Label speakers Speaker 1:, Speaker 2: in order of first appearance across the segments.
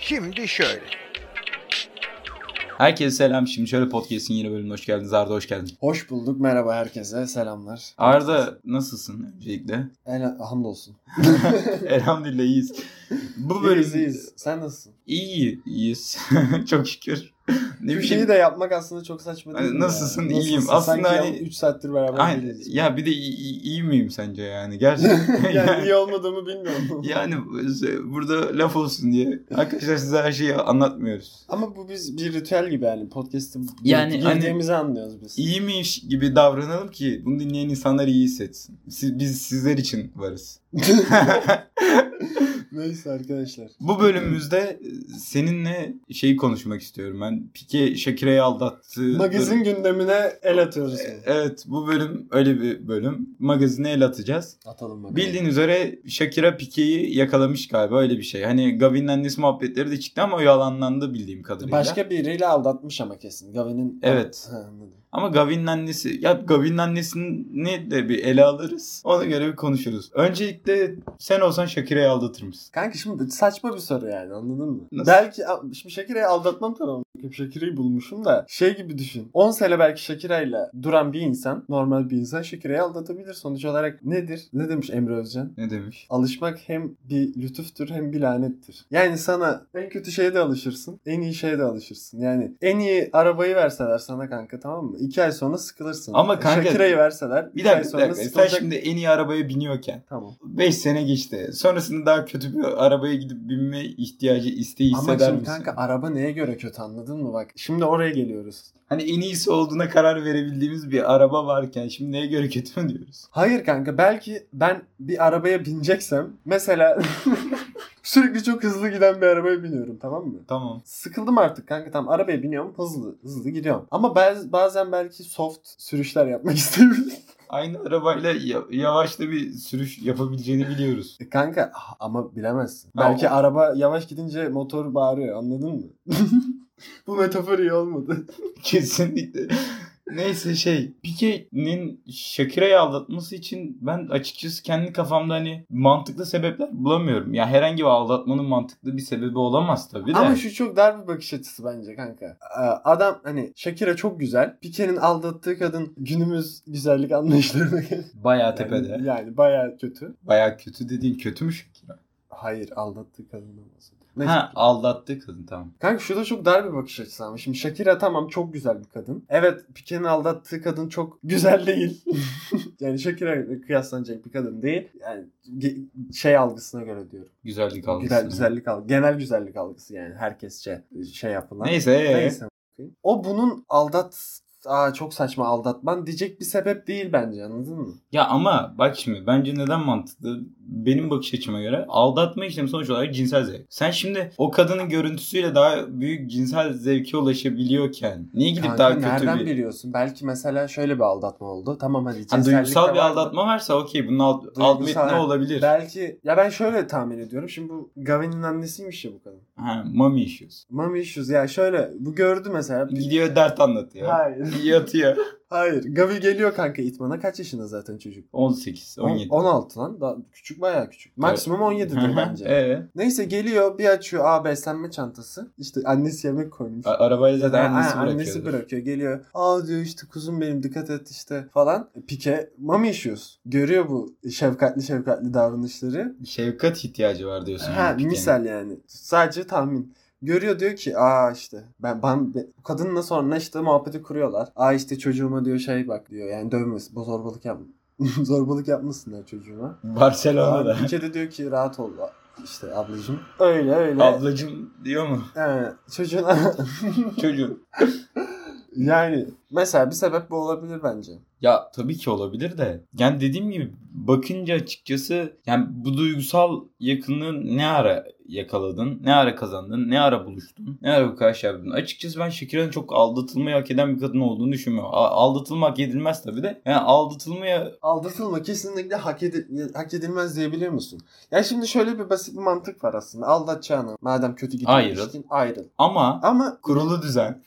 Speaker 1: Şimdi şöyle.
Speaker 2: Herkese selam. Şimdi şöyle podcast'in yeni bölümüne hoş geldiniz. Arda hoş geldin.
Speaker 3: Hoş bulduk. Merhaba herkese. Selamlar.
Speaker 2: Arda nasılsın öncelikle?
Speaker 3: El hamdolsun.
Speaker 2: Elhamdülillah iyiyiz. Bu bölüm
Speaker 3: İyiyiz, iyiyiz. Sen nasılsın?
Speaker 2: İyi, iyiyiz. Çok şükür. Ne
Speaker 3: Bir
Speaker 2: bileyim.
Speaker 3: şeyi de yapmak aslında çok saçma değil
Speaker 2: Hani
Speaker 3: mi?
Speaker 2: nasılsın?
Speaker 3: ya?
Speaker 2: İyiyim. Aslında
Speaker 3: Sanki
Speaker 2: hani-
Speaker 3: 3 saattir beraber
Speaker 2: Aynen.
Speaker 3: değiliz.
Speaker 2: Ya bir de iyi, iyi- iyi miyim sence yani? Gerçekten.
Speaker 3: yani
Speaker 2: yani,
Speaker 3: iyi olmadığımı bilmiyorum.
Speaker 2: yani burada laf olsun diye. Arkadaşlar size her şeyi anlatmıyoruz.
Speaker 3: Ama bu biz bir ritüel gibi yani. Podcast'ı
Speaker 2: Yani
Speaker 3: yani
Speaker 2: hani-
Speaker 3: girdiğimizi anlıyoruz biz.
Speaker 2: İyiymiş gibi davranalım ki bunu dinleyen insanlar iyi hissetsin. Siz- biz sizler için varız.
Speaker 3: Neyse arkadaşlar.
Speaker 2: Bu bölümümüzde e, seninle şeyi konuşmak istiyorum ben. Pike Şakire'yi aldattı.
Speaker 3: Magazin gündemine el atıyoruz. şimdi.
Speaker 2: Evet bu bölüm öyle bir bölüm. Magazine el atacağız.
Speaker 3: Atalım bakalım.
Speaker 2: Bildiğin üzere Shakira Pike'yi yakalamış galiba öyle bir şey. Hani Gavin'le annesi muhabbetleri de çıktı ama o yalanlandı bildiğim kadarıyla.
Speaker 3: Başka biriyle aldatmış ama kesin. Gavin'in...
Speaker 2: Evet.
Speaker 3: Ha, anladım.
Speaker 2: Ama Gavin'in annesi ya Gavin'in annesini de bir ele alırız. Ona göre bir konuşuruz. Öncelikle sen olsan Shakira'yı aldatır mısın?
Speaker 3: Kanka şimdi saçma bir soru yani anladın mı?
Speaker 2: Nasıl?
Speaker 3: Belki şimdi Şakira'yı aldatmam tamam. Şakira'yı bulmuşum da şey gibi düşün. 10 sene belki Şakira'yla duran bir insan, normal bir insan Şakira'yı aldatabilir. Sonuç olarak nedir? Ne demiş Emre Özcan?
Speaker 2: Ne demiş?
Speaker 3: Alışmak hem bir lütuftur hem bir lanettir. Yani sana en kötü şeye de alışırsın, en iyi şeye de alışırsın. Yani en iyi arabayı verseler sana kanka tamam mı? 2 ay sonra sıkılırsın.
Speaker 2: Ama kanka-
Speaker 3: Şakira'yı verseler
Speaker 2: Bir
Speaker 3: iki ay
Speaker 2: dakika, bir
Speaker 3: sonra
Speaker 2: dakika. E, Sen
Speaker 3: sıkılacak-
Speaker 2: şimdi en iyi arabaya biniyorken
Speaker 3: Tamam.
Speaker 2: 5 sene geçti. Sonrasında daha kötü bir arabaya gidip binme ihtiyacı, isteği
Speaker 3: Ama
Speaker 2: hisseder
Speaker 3: şimdi
Speaker 2: misin?
Speaker 3: kanka araba neye göre kötü anladın mı bak? Şimdi oraya geliyoruz.
Speaker 2: Hani en iyisi olduğuna karar verebildiğimiz bir araba varken şimdi neye göre kötü mü diyoruz?
Speaker 3: Hayır kanka belki ben bir arabaya bineceksem mesela sürekli çok hızlı giden bir arabaya biniyorum tamam mı?
Speaker 2: Tamam.
Speaker 3: Sıkıldım artık kanka tamam arabaya biniyorum hızlı hızlı gidiyorum. Ama baz- bazen belki soft sürüşler yapmak isteyebilirim.
Speaker 2: Aynı arabayla ya- yavaşta bir sürüş yapabileceğini biliyoruz.
Speaker 3: E kanka ah, ama bilemezsin.
Speaker 2: Ha,
Speaker 3: belki
Speaker 2: o-
Speaker 3: araba yavaş gidince motor bağırıyor anladın mı? Bu metafor iyi olmadı.
Speaker 2: Kesinlikle. Neyse şey Pike'nin Shakira'yı aldatması için ben açıkçası kendi kafamda hani mantıklı sebepler bulamıyorum. Ya herhangi bir aldatmanın mantıklı bir sebebi olamaz tabii de.
Speaker 3: Ama şu çok dar bir bakış açısı bence kanka. Ee, Adam hani Shakira çok güzel. Pike'nin aldattığı kadın günümüz güzellik anlayışlarına göre-
Speaker 2: Bayağı
Speaker 3: Yani,
Speaker 2: tepede.
Speaker 3: yani bayağı kötü.
Speaker 2: Bayağı kötü dediğin kötü mü Shakira?
Speaker 3: Hayır aldattığı kadından bahsediyorum. Neyse.
Speaker 2: Ha aldattı kadın tamam.
Speaker 3: Kanka şurada çok dar bir bakış açısı ama. Şimdi Shakira tamam çok güzel bir kadın. Evet Pike'nin aldattığı kadın çok güzel değil. yani Shakira kıyaslanacak bir kadın değil. Yani ge- şey algısına göre diyorum.
Speaker 2: Güzellik algısı.
Speaker 3: Güzel, güzellik algı. Genel güzellik algısı yani herkesçe şey yapılan.
Speaker 2: Neyse. ee.
Speaker 3: Neyse. O bunun aldat Aa, çok saçma aldatman diyecek bir sebep değil bence anladın mı?
Speaker 2: Ya ama bak şimdi bence neden mantıklı? Benim bakış açıma göre aldatma işlemi sonuç olarak cinsel zevk. Sen şimdi o kadının görüntüsüyle daha büyük cinsel zevke ulaşabiliyorken niye gidip
Speaker 3: Kanka,
Speaker 2: daha kötü
Speaker 3: nereden
Speaker 2: bir...
Speaker 3: biliyorsun? Belki mesela şöyle bir aldatma oldu. Tamam hadi
Speaker 2: Ha,
Speaker 3: cinsellik de
Speaker 2: duygusal bir
Speaker 3: var da.
Speaker 2: aldatma varsa okey bunun alt, alt
Speaker 3: Duygusal,
Speaker 2: metni
Speaker 3: ha.
Speaker 2: olabilir.
Speaker 3: Belki ya ben şöyle tahmin ediyorum. Şimdi bu Gavin'in annesiymiş ya bu kadın.
Speaker 2: Ha, mami issues.
Speaker 3: Mami issues ya şöyle bu gördü mesela. bir-
Speaker 2: Gidiyor dert anlatıyor.
Speaker 3: Hayır.
Speaker 2: Yatıyor.
Speaker 3: Hayır. Gavi geliyor kanka itmana. Kaç yaşında zaten çocuk?
Speaker 2: 18,
Speaker 3: On-
Speaker 2: 17.
Speaker 3: 16 lan. Daha küçük bayağı küçük. Maksimum 17'dir bence.
Speaker 2: Ee,
Speaker 3: Neyse geliyor bir açıyor aa beslenme çantası. İşte annesi yemek koymuş.
Speaker 2: a- arabayla zaten
Speaker 3: Ha,
Speaker 2: annesi,
Speaker 3: ha, annesi
Speaker 2: bırakıyor.
Speaker 3: bırakıyor. Geliyor. Aa diyor işte kuzum benim dikkat et işte falan. Pike mami işiyoruz. Görüyor bu şefkatli şefkatli davranışları.
Speaker 2: Şefkat ihtiyacı var diyorsun.
Speaker 3: Ha
Speaker 2: yani Pike'nin.
Speaker 3: misal yani. Sadece tahmin. Görüyor diyor ki aa işte ben, ben be- kadınla sonra işte muhabbeti kuruyorlar. Aa işte çocuğuma diyor şey bak diyor yani dövmesin. Bu zorbalık yapma. zorbalık yapmasınlar çocuğuma.
Speaker 2: Barcelona'da.
Speaker 3: Aa, Pike de diyor ki rahat ol işte ablacığım. Öyle öyle.
Speaker 2: Ablacım diyor mu?
Speaker 3: Ee, çocuğuna
Speaker 2: Çocuğun.
Speaker 3: yani mesela bir sebep bu olabilir bence.
Speaker 2: Ya tabii ki olabilir de. Yani dediğim gibi bakınca açıkçası yani bu duygusal yakınlığı ne ara yakaladın, ne ara kazandın, ne ara buluştun, ne ara bu kadar şey yaptın. Açıkçası ben Şakira'nın çok aldatılmayı hak eden bir kadın olduğunu düşünmüyorum. A- aldatılmak edilmez tabii de. Yani aldatılmaya
Speaker 3: Aldatılma kesinlikle hak, edi- hak edilmez diyebiliyor musun? Ya şimdi şöyle bir basit bir mantık var aslında. Aldatacağını madem kötü gidiyor
Speaker 2: Ayrıl.
Speaker 3: ilişkin, ayrıl.
Speaker 2: ama
Speaker 3: Ama
Speaker 2: kurulu düzen.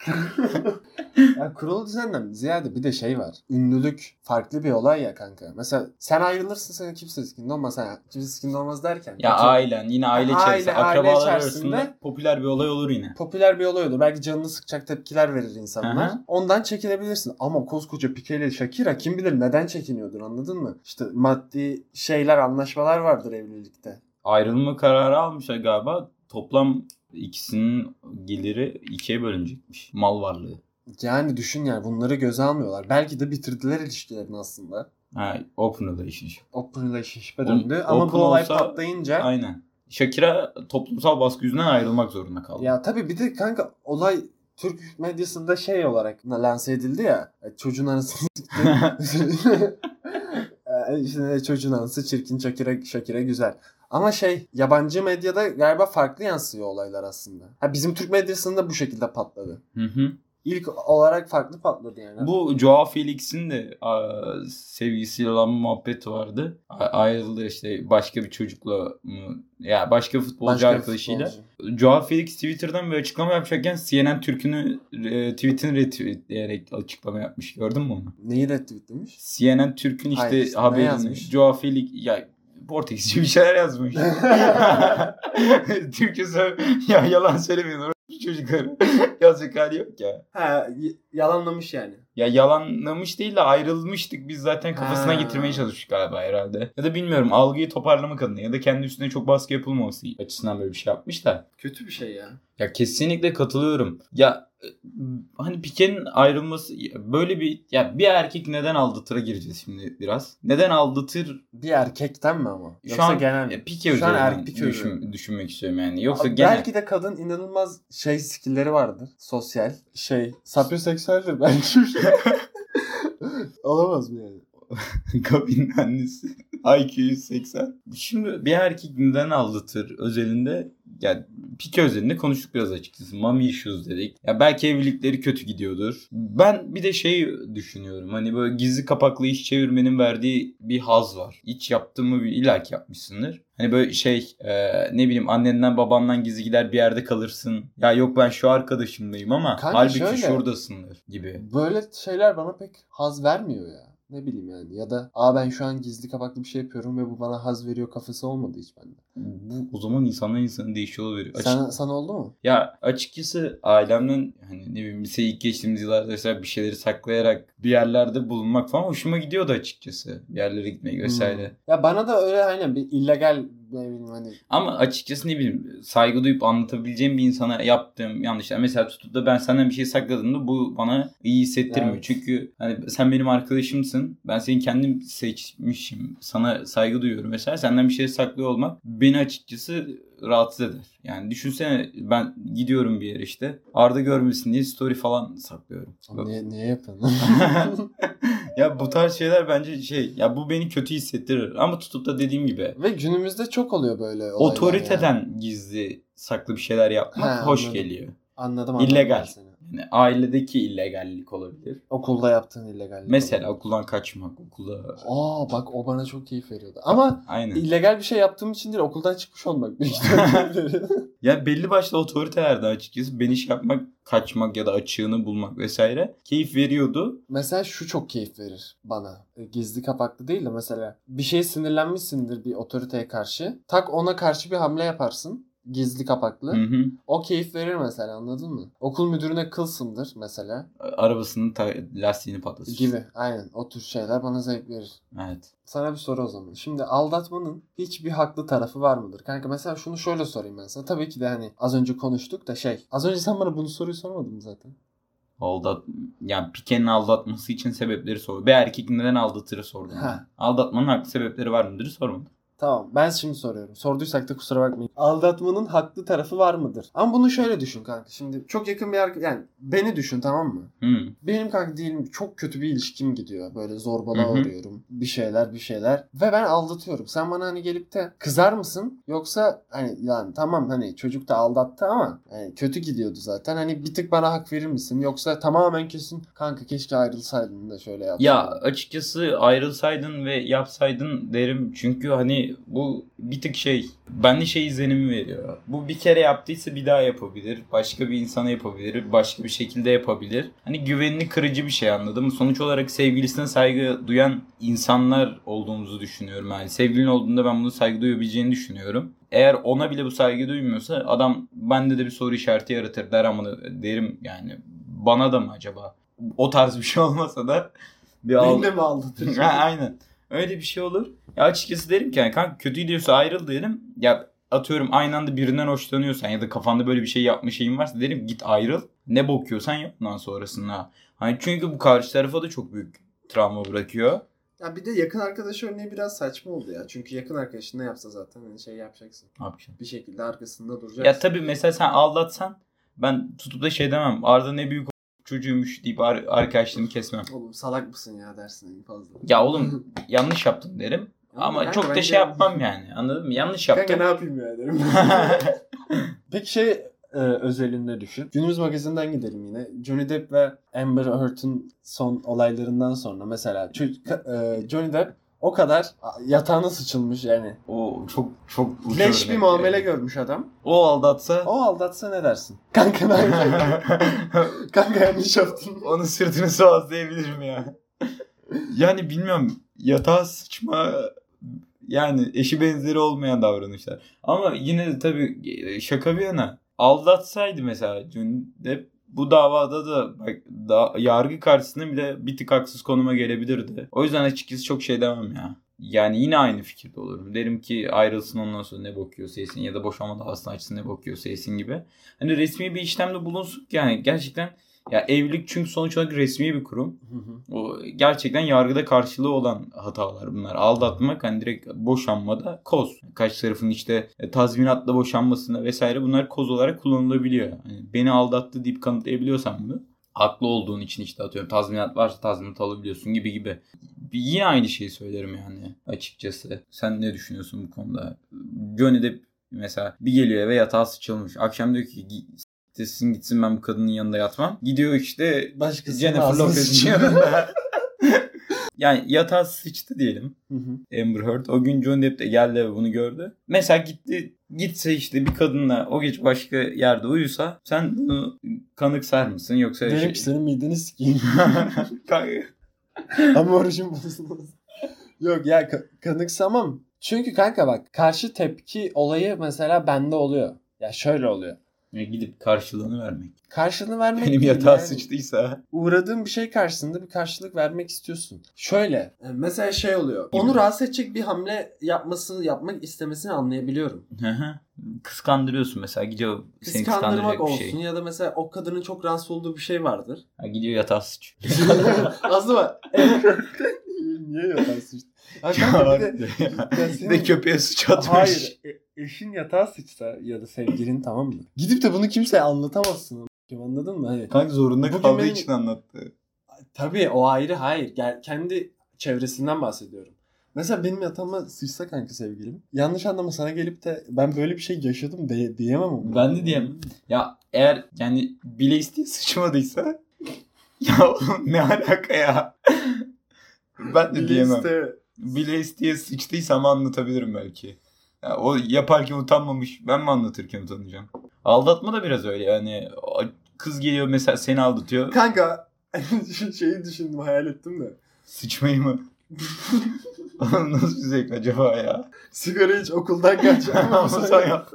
Speaker 3: ya kurulu düzenden ziyade bir de şey var. Ünlülük farklı bir olay ya kanka. Mesela sen ayrılırsın sana kimse sikinde olmaz. Ha, kimse sikinde olmaz derken.
Speaker 2: Ya
Speaker 3: atıyorum,
Speaker 2: ailen yine aile
Speaker 3: Aile-
Speaker 2: içerisinde
Speaker 3: aile
Speaker 2: akrabalar
Speaker 3: içerisinde-
Speaker 2: arasında popüler bir olay olur yine.
Speaker 3: popüler bir olay olur. Belki canını sıkacak tepkiler verir insanlar.
Speaker 2: Hı hı.
Speaker 3: Ondan çekinebilirsin. Ama koskoca Pique ile Shakira kim bilir neden çekiniyordur anladın mı? İşte maddi şeyler, anlaşmalar vardır evlilikte.
Speaker 2: Ayrılma kararı almışlar galiba. Toplam ikisinin geliri ikiye bölünecekmiş. Mal varlığı.
Speaker 3: Yani düşün yani bunları göze almıyorlar. Belki de bitirdiler ilişkilerini aslında.
Speaker 2: Ha, open relationship.
Speaker 3: Open relationship'e
Speaker 2: Oğlum,
Speaker 3: döndü. Ama
Speaker 2: open
Speaker 3: bu olay
Speaker 2: olsa-
Speaker 3: patlayınca...
Speaker 2: Aynen. Shakira toplumsal baskı yüzünden ayrılmak zorunda kaldı.
Speaker 3: Ya tabii bir de kanka olay Türk medyasında şey olarak lanse edildi ya. e, Çocuğun anasını sikti. E, işte çocuğun anası çirkin, Şakira, Şakira güzel. Ama şey yabancı medyada galiba farklı yansıyor olaylar aslında. Ha, bizim Türk medyasında bu şekilde patladı.
Speaker 2: Hı hı.
Speaker 3: İlk olarak farklı patladı yani.
Speaker 2: Bu Joao Felix'in de aa, sevgisiyle olan bir muhabbeti vardı. A- ayrıldı işte başka bir çocukla mı? Ya başka futbolcu
Speaker 3: Başka bir
Speaker 2: arkadaşıyla.
Speaker 3: futbolcu.
Speaker 2: Joao Felix Twitter'dan bir açıklama yapacakken CNN Türk'ünü e, tweetini retweetleyerek açıklama yapmış. Gördün mü onu?
Speaker 3: Neyi retweetlemiş?
Speaker 2: CNN Türk'ün işte
Speaker 3: Hayır, ne
Speaker 2: haberini.
Speaker 3: yazmış?
Speaker 2: Joao Felix ya Portekizce bir şeyler yazmış. Türkçe sö- ya yalan söylemiyorlar. Çocukları yazacak hali yok ya.
Speaker 3: Ha, y- yalanlamış yani.
Speaker 2: Ya yalanlamış değil de ayrılmıştık biz zaten kafasına
Speaker 3: Ha.
Speaker 2: getirmeye çalıştık galiba herhalde. Ya da bilmiyorum algıyı toparlamak adına ya da kendi üstüne çok baskı yapılmaması açısından böyle bir şey yapmış da.
Speaker 3: Kötü bir şey ya.
Speaker 2: Ya kesinlikle katılıyorum. Ya e, hani Pike'nin ayrılması ya böyle bir ya bir erkek neden aldatıra gireceğiz şimdi biraz. Neden aldatır?
Speaker 3: Bir erkekten mi ama?
Speaker 2: Şu
Speaker 3: Yoksa
Speaker 2: an-
Speaker 3: genel mi?
Speaker 2: Ya Pike
Speaker 3: Şu an
Speaker 2: üzerinden
Speaker 3: erkek üzerinden.
Speaker 2: düşün- düşünmek istiyorum yani. Yoksa
Speaker 3: Abi
Speaker 2: genel
Speaker 3: Belki de kadın inanılmaz şey skillleri vardır. Sosyal. Şey. Sapyoseksüeldir belki. Olamaz mı yani?
Speaker 2: Kabinin annesi. IQ 180. Şimdi bir erkek neden aldatır özelinde yani Pike özelinde konuştuk biraz açıkçası. Mommy issues dedik. Ya belki evlilikleri kötü gidiyordur. Ben bir de şey düşünüyorum. Hani böyle gizli kapaklı iş çevirmenin verdiği bir haz var. Hiç yaptın mı bir illaki yapmışsındır. Hani böyle şey e, ne bileyim annenden babandan gizli gider bir yerde kalırsın. Ya yok ben şu arkadaşımdayım ama
Speaker 3: Kanka
Speaker 2: halbuki
Speaker 3: şöyle.
Speaker 2: şuradasındır gibi.
Speaker 3: Böyle şeyler bana pek haz vermiyor ya. Ne bileyim yani. Ya da aa ben şu an gizli kapaklı bir şey yapıyorum ve bu bana haz veriyor kafası olmadı hiç bende.
Speaker 2: Bu o zaman insanlar insanı değişiyor olabilir. Açık-
Speaker 3: Sana, sana oldu mu?
Speaker 2: Ya açıkçası ailemden hani ne bileyim liseyi ilk geçtiğimiz yıllarda mesela bir şeyleri saklayarak bir yerlerde bulunmak falan hoşuma gidiyordu açıkçası. Bir yerlere gitmek vesaire.
Speaker 3: Hmm. Ya bana da öyle aynen bir illegal ne bileyim hani.
Speaker 2: Ama açıkçası ne bileyim saygı duyup anlatabileceğim bir insana yaptığım yanlışlar. Mesela tutup da ben senden bir şey sakladığımda bu bana iyi hissettirmiyor.
Speaker 3: Evet.
Speaker 2: Çünkü hani sen benim arkadaşımsın. Ben seni kendim seçmişim. Sana saygı duyuyorum mesela. Senden bir şey saklıyor olmak beni açıkçası rahatsız eder. Yani düşünsene ben gidiyorum bir yere işte. Arda görmesin diye story falan saklıyorum.
Speaker 3: Ama Niye, niye yapıyorsun?
Speaker 2: ya bu tarz şeyler bence şey ya bu beni kötü hissettirir. Ama tutup da dediğim gibi
Speaker 3: ve günümüzde çok oluyor böyle olaylar ya.
Speaker 2: otoriteden gizli saklı bir şeyler yapmak
Speaker 3: Ha,
Speaker 2: hoş
Speaker 3: anladım.
Speaker 2: geliyor.
Speaker 3: Anladım anladım.
Speaker 2: illegal.
Speaker 3: ben seni.
Speaker 2: Yani ailedeki illegallik olabilir.
Speaker 3: Okulda yaptığın illegal.
Speaker 2: Mesela okuldan kaçmak, okulda
Speaker 3: Aa bak o bana çok keyif veriyordu. Ama
Speaker 2: aynen.
Speaker 3: illegal bir şey yaptığım için değil okuldan çıkmış olmak büyük ihtimalle.
Speaker 2: Ya belli başlı otoritelerde açıkçası ben iş yapmak, kaçmak ya da açığını bulmak vesaire keyif veriyordu.
Speaker 3: mesela şu çok keyif verir bana. E, Gizli kapaklı değil de mesela bir şeye sinirlenmişsindir bir otoriteye karşı. Tak ona karşı bir hamle yaparsın. Gizli kapaklı.
Speaker 2: Hı hı.
Speaker 3: O keyif verir mesela anladın mı? Okul müdürüne kılsındır mesela.
Speaker 2: Arabasının ta- lastiğini patlatır.
Speaker 3: Gibi. Aynen o tür şeyler bana zevk verir.
Speaker 2: Evet.
Speaker 3: Sana bir soru o zaman. Şimdi aldatmanın hiçbir haklı tarafı var mıdır? Kanka mesela şunu şöyle sorayım ben sana. Tabii ki de hani az önce konuştuk da şey. Az önce sen bana bunu soruyu sormadın mı zaten?
Speaker 2: Aldat yani Pike'nin aldatması için sebepleri sor. Bir erkek neden aldatırı sordum.
Speaker 3: Ha.
Speaker 2: Aldatmanın haklı sebepleri var mıdır sormadım.
Speaker 3: Tamam ben şimdi soruyorum. Sorduysak da kusura bakmayın. Aldatmanın haklı tarafı var mıdır? Ama bunu şöyle düşün kanka. Şimdi çok yakın bir arkadaş... Yani beni düşün tamam mı?
Speaker 2: Hı.
Speaker 3: Benim kanka diyelim çok kötü bir ilişkim gidiyor. Böyle zorbalığa
Speaker 2: Hı hı.
Speaker 3: uğruyorum. Bir şeyler bir şeyler. Ve ben aldatıyorum. Sen bana hani gelip de kızar mısın? Yoksa hani yani tamam hani çocuk da aldattı ama hani kötü gidiyordu zaten. Hani bir tık bana hak verir misin? Yoksa tamamen kesin kanka keşke ayrılsaydın da şöyle yapsaydın.
Speaker 2: Ya açıkçası ayrılsaydın ve yapsaydın derim. Çünkü hani hani bu bir tık şey bende şey izlenimi veriyor. Bu bir kere yaptıysa bir daha yapabilir. Başka bir insana yapabilir. Başka bir şekilde yapabilir. Hani güvenini kırıcı bir şey anladım. Sonuç olarak sevgilisine saygı duyan insanlar olduğumuzu düşünüyorum. Yani sevgilin olduğunda ben bunu saygı duyabileceğini düşünüyorum. Eğer ona bile bu saygı duymuyorsa adam bende de bir soru işareti yaratır der ama derim yani bana da mı acaba? O tarz bir şey olmasa da bir al-
Speaker 3: Beni de şey mi aldatır?
Speaker 2: Ha, aynen. Öyle bir şey olur. Ya açıkçası derim ki yani kanka kötü diyorsa ayrıl derim. Ya atıyorum aynı anda birinden hoşlanıyorsan ya da kafanda böyle bir şey yapma şeyin varsa derim git ayrıl. Ne bokuyorsan yap ondan sonrasında. Hani çünkü bu karşı tarafa da çok büyük travma bırakıyor.
Speaker 3: Ya bir de yakın arkadaş örneği biraz saçma oldu ya. Çünkü yakın arkadaşın ne yapsa zaten hani şey yapacaksın.
Speaker 2: Ne yapacaksın?
Speaker 3: Bir şekilde arkasında duracaksın.
Speaker 2: Ya tabii mesela sen aldatsan ben tutup da şey demem. Arda ne büyük çocuğuymuş deyip ar- arkadaşlığımı kesmem.
Speaker 3: Oğlum salak mısın ya dersin en fazla.
Speaker 2: Ya oğlum yanlış yaptın derim. Ama
Speaker 3: Kanka
Speaker 2: çok da
Speaker 3: bence-
Speaker 2: şey yapmam yani. Anladın mı? Yanlış
Speaker 3: Kanka
Speaker 2: yaptım.
Speaker 3: ne yapayım ya derim. Peki şey e, özelinde düşün. Günümüz magazinden gidelim yine. Johnny Depp ve Amber Heard'ın son olaylarından sonra mesela çocuk- e, Johnny Depp o kadar yatağına sıçılmış yani.
Speaker 2: O çok çok uç
Speaker 3: Leş bir
Speaker 2: örnek
Speaker 3: muamele
Speaker 2: yani.
Speaker 3: görmüş adam.
Speaker 2: O aldatsa
Speaker 3: O aldatsa ne dersin? Kanka ne yapacaksın? Kanka yanlış yaptın.
Speaker 2: onun sırtını sıvazlayabilirim ya. Yani bilmiyorum yatağa sıçma yani eşi benzeri olmayan davranışlar. Ama yine de tabii e, şaka bir yana aldatsaydı mesela dün de bu davada da bak, da, yargı karşısında bile bir tık haksız konuma gelebilirdi. O yüzden açıkçası çok şey demem ya. Yani yine aynı fikirde olurum. Derim ki ayrılsın ondan sonra ne bakıyorsa yesin ya da boşanma davasını açsın ne bakıyorsa yesin gibi. Hani resmi bir işlemde bulunsun ki yani gerçekten ya evlilik çünkü sonuç olarak resmi bir kurum. O gerçekten yargıda karşılığı olan hatalar bunlar. Aldatmak hani direkt boşanmada koz. Kaç tarafın işte e, tazminatla boşanmasında vesaire bunlar koz olarak kullanılabiliyor. Hani beni aldattı deyip kanıtlayabiliyorsan bunu haklı olduğun için işte atıyorum tazminat varsa tazminat alabiliyorsun gibi gibi. Yine aynı şeyi söylerim yani açıkçası. Sen ne düşünüyorsun bu konuda? Johnny Depp mesela bir geliyor eve yatağa sıçılmış. Akşam diyor ki "Gi- gitsin gitsin ben bu kadının yanında yatmam. Gidiyor işte
Speaker 3: Başkasının
Speaker 2: Jennifer
Speaker 3: ağzına
Speaker 2: Lopez'in
Speaker 3: sıçıyor.
Speaker 2: yanında. yani yatağa sıçtı diyelim
Speaker 3: Hı hı.
Speaker 2: Amber Heard. O gün Johnny Depp de geldi ve bunu gördü. Mesela gitti gitse işte bir kadınla o gece başka yerde uyusa sen bunu kanıksar mısın yoksa şey-
Speaker 3: Derim ki senin mideni sikeyim.
Speaker 2: Kanka,
Speaker 3: Ama orucum bozulmaz. Yok ya ka- kanıksamam. Çünkü kanka bak karşı tepki olayı mesela bende oluyor. Ya şöyle oluyor.
Speaker 2: Gidip karşılığını vermek.
Speaker 3: Karşılığını vermek
Speaker 2: Benim
Speaker 3: değil
Speaker 2: yatağa
Speaker 3: yani.
Speaker 2: sıçtıysa.
Speaker 3: Uğradığın bir şey karşısında bir karşılık vermek istiyorsun. Şöyle. Mesela şey oluyor. Onu rahatsız edecek bir hamle yapmasını yapmak istemesini anlayabiliyorum.
Speaker 2: Hı hı. Kıskandırıyorsun mesela gidiyor seni
Speaker 3: Kıskandırmak
Speaker 2: kıskandıracak bir
Speaker 3: olsun
Speaker 2: şey.
Speaker 3: ya da mesela o kadının çok rahatsız olduğu bir şey vardır.
Speaker 2: Ha, gidiyor yatağa sıç.
Speaker 3: Aslında Niye yatağa sıçtı? Ha, kanka bir de- Ya
Speaker 2: Bir
Speaker 3: senin-
Speaker 2: de köpeğe sıç atmış.
Speaker 3: Hayır. e- eşin yatağa sıçsa ya da sevgilin tamam mı? Gidip de bunu kimseye anlatamazsın. a**ım, Anladın mı? Hani,
Speaker 2: Kanka zorunda
Speaker 3: Bugün
Speaker 2: kaldığı
Speaker 3: benim-
Speaker 2: için anlattı.
Speaker 3: tabii o ayrı hayır. Gel, kendi çevresinden bahsediyorum. Mesela benim yatağıma sıçsa kanka sevgilim. Yanlış anlama sana gelip de ben böyle bir şey yaşadım diye, diyemem ama.
Speaker 2: Ben de diyemem. Ya eğer yani bile isteye sıçmadıysa ya oğlum ne alaka ya? ben de diyemem.
Speaker 3: Liste.
Speaker 2: Bile isteye sıçtıysam anlatabilirim belki. Ya, o yaparken utanmamış. Ben mi anlatırken utanacağım? Aldatma da biraz öyle yani. O Kız geliyor mesela seni aldatıyor.
Speaker 3: Kanka şu şeyi düşündüm hayal ettim de.
Speaker 2: Sıçmayı mı? Oğlum Nasıl bir zevk acaba ya?
Speaker 3: Sigara hiç okuldan kaçacağım
Speaker 2: Ama
Speaker 3: ama
Speaker 2: sen yap.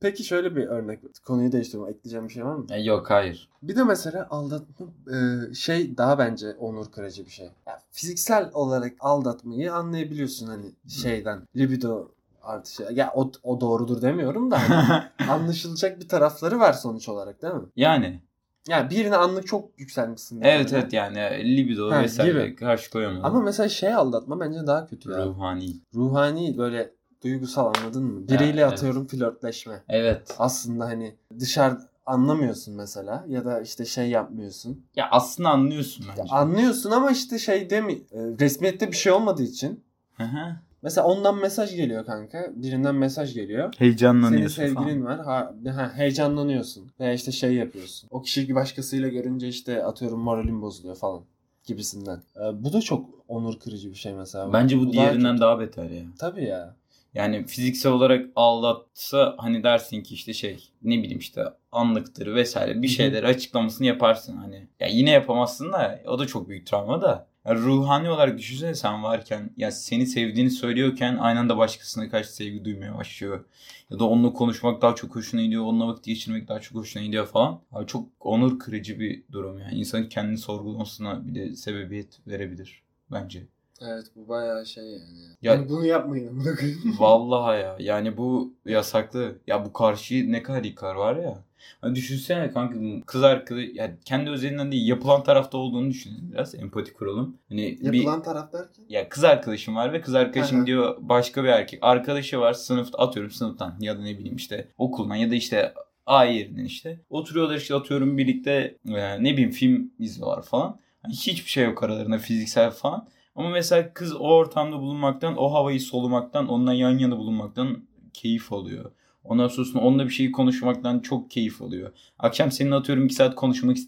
Speaker 3: Peki şöyle bir örnek. Konuyu değiştiriyorum. Ekleyeceğim bir şey var mı?
Speaker 2: Ya Yok hayır.
Speaker 3: Bir de mesela aldatma e, şey daha bence onur kırıcı bir şey. Ya fiziksel olarak aldatmayı anlayabiliyorsun hani şeyden libido artışı. Ya o, o doğrudur demiyorum da hani anlaşılacak bir tarafları var sonuç olarak değil mi?
Speaker 2: yani
Speaker 3: Ya birine anlık çok yükselmişsin.
Speaker 2: evet
Speaker 3: mesela.
Speaker 2: evet yani libido
Speaker 3: Ha,
Speaker 2: vesaire
Speaker 3: gibi.
Speaker 2: karşı koyamadım.
Speaker 3: Ama mesela şey aldatma bence daha kötü ya.
Speaker 2: Ruhani.
Speaker 3: Ruhani böyle duygusal anladın mı? Biriyle
Speaker 2: evet.
Speaker 3: atıyorum flörtleşme.
Speaker 2: Evet.
Speaker 3: Aslında hani dışarı anlamıyorsun mesela ya da işte şey yapmıyorsun.
Speaker 2: Ya aslında anlıyorsun
Speaker 3: Ya
Speaker 2: bence.
Speaker 3: anlıyorsun ama işte şeyde mi e, resmiyette bir şey olmadığı için.
Speaker 2: Hı hı.
Speaker 3: Mesela ondan mesaj geliyor kanka. Birinden mesaj geliyor. Senin
Speaker 2: Heyecanlanıyorsun
Speaker 3: sevgilin var. Ha, ha, heyecanlanıyorsun. Veya işte şey yapıyorsun. O kişiyi başkasıyla görünce işte atıyorum moralin bozuluyor falan. gibisinden. Ee, bu da çok onur kırıcı bir şey mesela.
Speaker 2: Bence bu,
Speaker 3: daha
Speaker 2: diğerinden
Speaker 3: kötü.
Speaker 2: daha beter ya.
Speaker 3: Tabii ya.
Speaker 2: Yani fiziksel olarak aldatsa hani dersin ki işte şey ne bileyim işte anlıktır vesaire bir
Speaker 3: Hı hı.
Speaker 2: şeyleri açıklamasını yaparsın hani. Ya yine yapamazsın da o da çok büyük travma da. Ya ruhani olarak düşünsene sen varken ya seni sevdiğini söylüyorken aynı anda başkasına karşı sevgi duymaya başlıyor. Ya da onunla konuşmak daha çok hoşuna gidiyor. Onunla vakit geçirmek daha çok hoşuna gidiyor falan. Abi çok onur kırıcı bir durum yani. İnsanın kendini sorgulamasına bile sebebiyet verebilir bence.
Speaker 3: Evet bu bayağı şey yani.
Speaker 2: Ya-
Speaker 3: Yani bunu yapmayın amına koyayım.
Speaker 2: Vallahi ya. Yani bu yasaklı. Ya bu karşıyı ne kadar yıkar var ya. Hani düşünsene kanka kız arkadaş yani kendi özelinden değil yapılan tarafta olduğunu düşünün biraz empati kuralım. Hani bir
Speaker 3: Yapılan taraf derken?
Speaker 2: ya kız arkadaşım var ve kız
Speaker 3: Hı hı.
Speaker 2: arkadaşım diyor başka bir erkek arkadaşı var sınıfta atıyorum sınıftan ya da ne bileyim işte okuldan ya da işte A yerinden işte oturuyorlar işte atıyorum birlikte e, ne bileyim film izliyorlar falan. Hani hiçbir şey yok aralarında fiziksel falan. Ama mesela kız o ortamda bulunmaktan, o havayı solumaktan, onunla yan yana bulunmaktan keyif alıyor. Ondan sonra onunla bir şey konuşmaktan çok keyif alıyor. Akşam senin atıyorum 2 saat konuşmak is-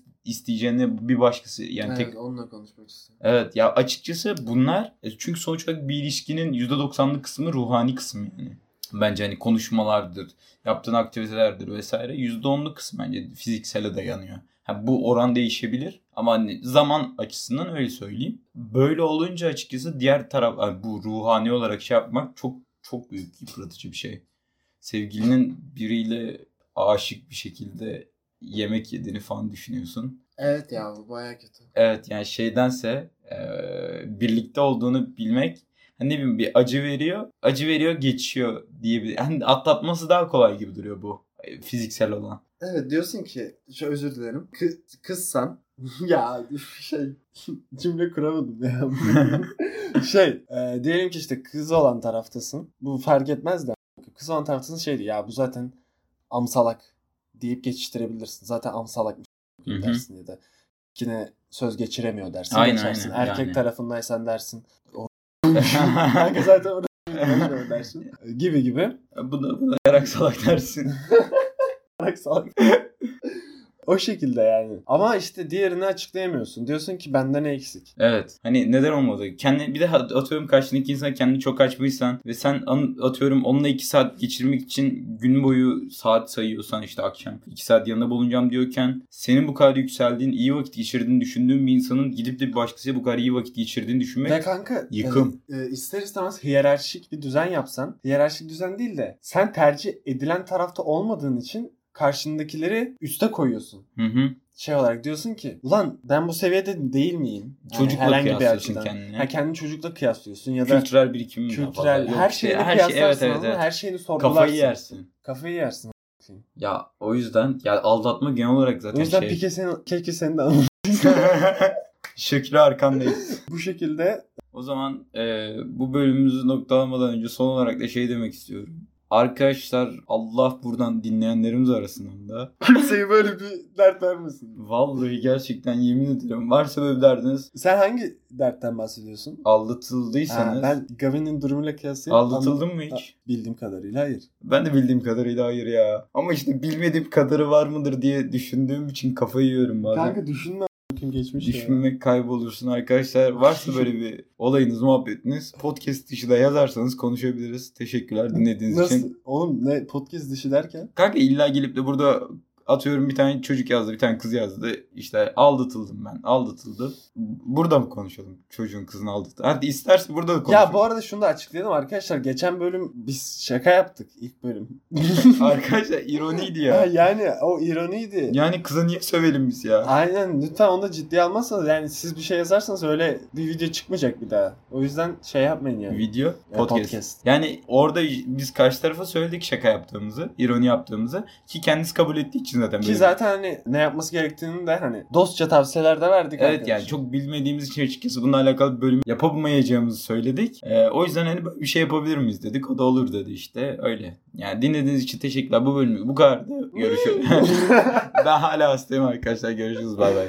Speaker 2: isteyeceğini bir başkası yani tek
Speaker 3: evet onunla konuşmak istiyorum.
Speaker 2: Evet ya açıkçası bunlar e, çünkü sonuç olarak bir ilişkinin %90'lık kısmı ruhani kısmı yani. Bence hani konuşmalardır, yaptığın aktivitelerdir vesaire. %10'luk kısmı bence fiziksele dayanıyor. Ha, bu oran değişebilir ama hani zaman açısından öyle söyleyeyim. Böyle olunca açıkçası diğer taraf yani bu ruhani olarak şey yapmak çok çok büyük yıpratıcı bir şey. Sevgilinin biriyle aşık bir şekilde yemek yediğini falan düşünüyorsun.
Speaker 3: Evet ya bu bayağı kötü.
Speaker 2: Evet yani şeydense eee, birlikte olduğunu bilmek hani ne bileyim bir acı veriyor. Acı veriyor geçiyor diye bir hani atlatması daha kolay gibi duruyor bu e, fiziksel olan.
Speaker 3: Evet diyorsun ki şu özür dilerim. Kı- kızsan ya üf, şey cümle kuramadım ya. şey e, diyelim ki işte kız olan taraftasın. Bu fark etmez de kız olan taraftasın şey diyor, ya bu zaten amsalak deyip geçiştirebilirsin. Zaten amsalakmış
Speaker 2: Hı hı.
Speaker 3: dersin ya da yine söz geçiremiyor dersin.
Speaker 2: Aynen,
Speaker 3: geçersin.
Speaker 2: aynen,
Speaker 3: Erkek
Speaker 2: yani.
Speaker 3: tarafındaysan dersin. O Kanka zaten orada konuşmuyor dersin. Gibi gibi.
Speaker 2: bu da bu da yarak salak dersin.
Speaker 3: Salak salak. o şekilde yani. Ama işte diğerini açıklayamıyorsun. Diyorsun ki bende ne eksik?
Speaker 2: Evet. Hani neden olmadı? Kendi bir de atıyorum karşındaki insan kendini çok açmışsan ve sen an- atıyorum onunla iki saat geçirmek için gün boyu saat sayıyorsan işte akşam iki saat yanında bulunacağım diyorken senin bu kadar yükseldiğin, iyi vakit geçirdiğini düşündüğün bir insanın gidip de bir başkasıyla bu kadar iyi vakit geçirdiğini düşünmek
Speaker 3: Ve kanka
Speaker 2: Yıkım.
Speaker 3: e, e, ister istemez hiyerarşik bir düzen yapsan, hiyerarşik düzen değil de sen tercih edilen tarafta olmadığın için karşındakileri üste koyuyorsun.
Speaker 2: Hı hı.
Speaker 3: Şey olarak diyorsun ki ulan ben bu seviyede değil miyim? Yani
Speaker 2: Çocukla
Speaker 3: herhangi bir
Speaker 2: kıyaslıyorsun
Speaker 3: açıdan.
Speaker 2: kendini.
Speaker 3: Ha, kendini çocukla kıyaslıyorsun ya da
Speaker 2: kültürel birikimin
Speaker 3: kültürel her
Speaker 2: şey,
Speaker 3: şeyi kıyaslarsın ama her şeyini sorgularsın.
Speaker 2: Kafayı yersin.
Speaker 3: Kafayı yersin.
Speaker 2: Ya o yüzden ya aldatma genel olarak zaten
Speaker 3: O yüzden
Speaker 2: şey.
Speaker 3: Pike seni, keşke seni de
Speaker 2: Şükrü arkandayız.
Speaker 3: bu şekilde
Speaker 2: O zaman e, bu bölümümüzü noktalamadan önce son olarak da şey demek istiyorum. Arkadaşlar Allah buradan dinleyenlerimiz arasından da
Speaker 3: kimseye böyle bir dert vermesin.
Speaker 2: vallahi gerçekten yemin ederim varsa böyle bir derdiniz
Speaker 3: Sen hangi dertten bahsediyorsun?
Speaker 2: aldatıldıysanız
Speaker 3: Ha, ben Gavin'in durumuyla kıyaslayıp
Speaker 2: aldatıldın mı
Speaker 3: Ha,
Speaker 2: hiç?
Speaker 3: Bildiğim kadarıyla hayır.
Speaker 2: Ben de bildiğim kadarıyla hayır ya. Ama işte bilmediğim kadarı var mıdır diye düşündüğüm için kafayı yiyorum bazen.
Speaker 3: Kanka düşünme kim geçmiş ya.
Speaker 2: Düşmemek kaybolursun arkadaşlar. Varsa böyle bir olayınız, muhabbetiniz podcast dışı da yazarsanız konuşabiliriz. Teşekkürler dinlediğiniz için.
Speaker 3: Nasıl? Oğlum ne podcast dışı derken?
Speaker 2: Kanka illa gelip de burada atıyorum bir tane çocuk yazdı, bir tane kız yazdı. İşte aldatıldım ben, aldatıldım. Burada mı konuşalım çocuğun kızını aldattı? Hadi isterse burada da konuşalım.
Speaker 3: Ya bu arada şunu da açıklayalım arkadaşlar. Geçen bölüm biz şaka yaptık ilk bölüm.
Speaker 2: Arkadaşlar ironiydi
Speaker 3: Ha,
Speaker 2: ya.
Speaker 3: yani o ironiydi.
Speaker 2: Yani kıza niye sövelim biz ya?
Speaker 3: Aynen lütfen onu da ciddiye almazsanız yani siz bir şey yazarsanız öyle bir video çıkmayacak bir daha. O yüzden şey yapmayın yani. E,
Speaker 2: Video, podcast.
Speaker 3: podcast.
Speaker 2: Yani orada biz karşı tarafa söyledik şaka yaptığımızı, ironi yaptığımızı ki kendisi kabul ettiği için zaten
Speaker 3: Ki
Speaker 2: böyle-
Speaker 3: zaten hani ne yapması gerektiğini de hani dostça tavsiyeler de verdik.
Speaker 2: Evet
Speaker 3: arkadaşlar.
Speaker 2: yani çok bilmediğimiz için açıkçası bununla alakalı bir bölüm yapamayacağımızı söyledik. Ee, o yüzden hani böyle bir şey yapabilir miyiz dedik. O da olur dedi işte öyle. Yani dinlediğiniz için teşekkürler. Bu bölüm bu kadardı. Görüşürüz. ben hala hastayım arkadaşlar. Görüşürüz. Bay bay.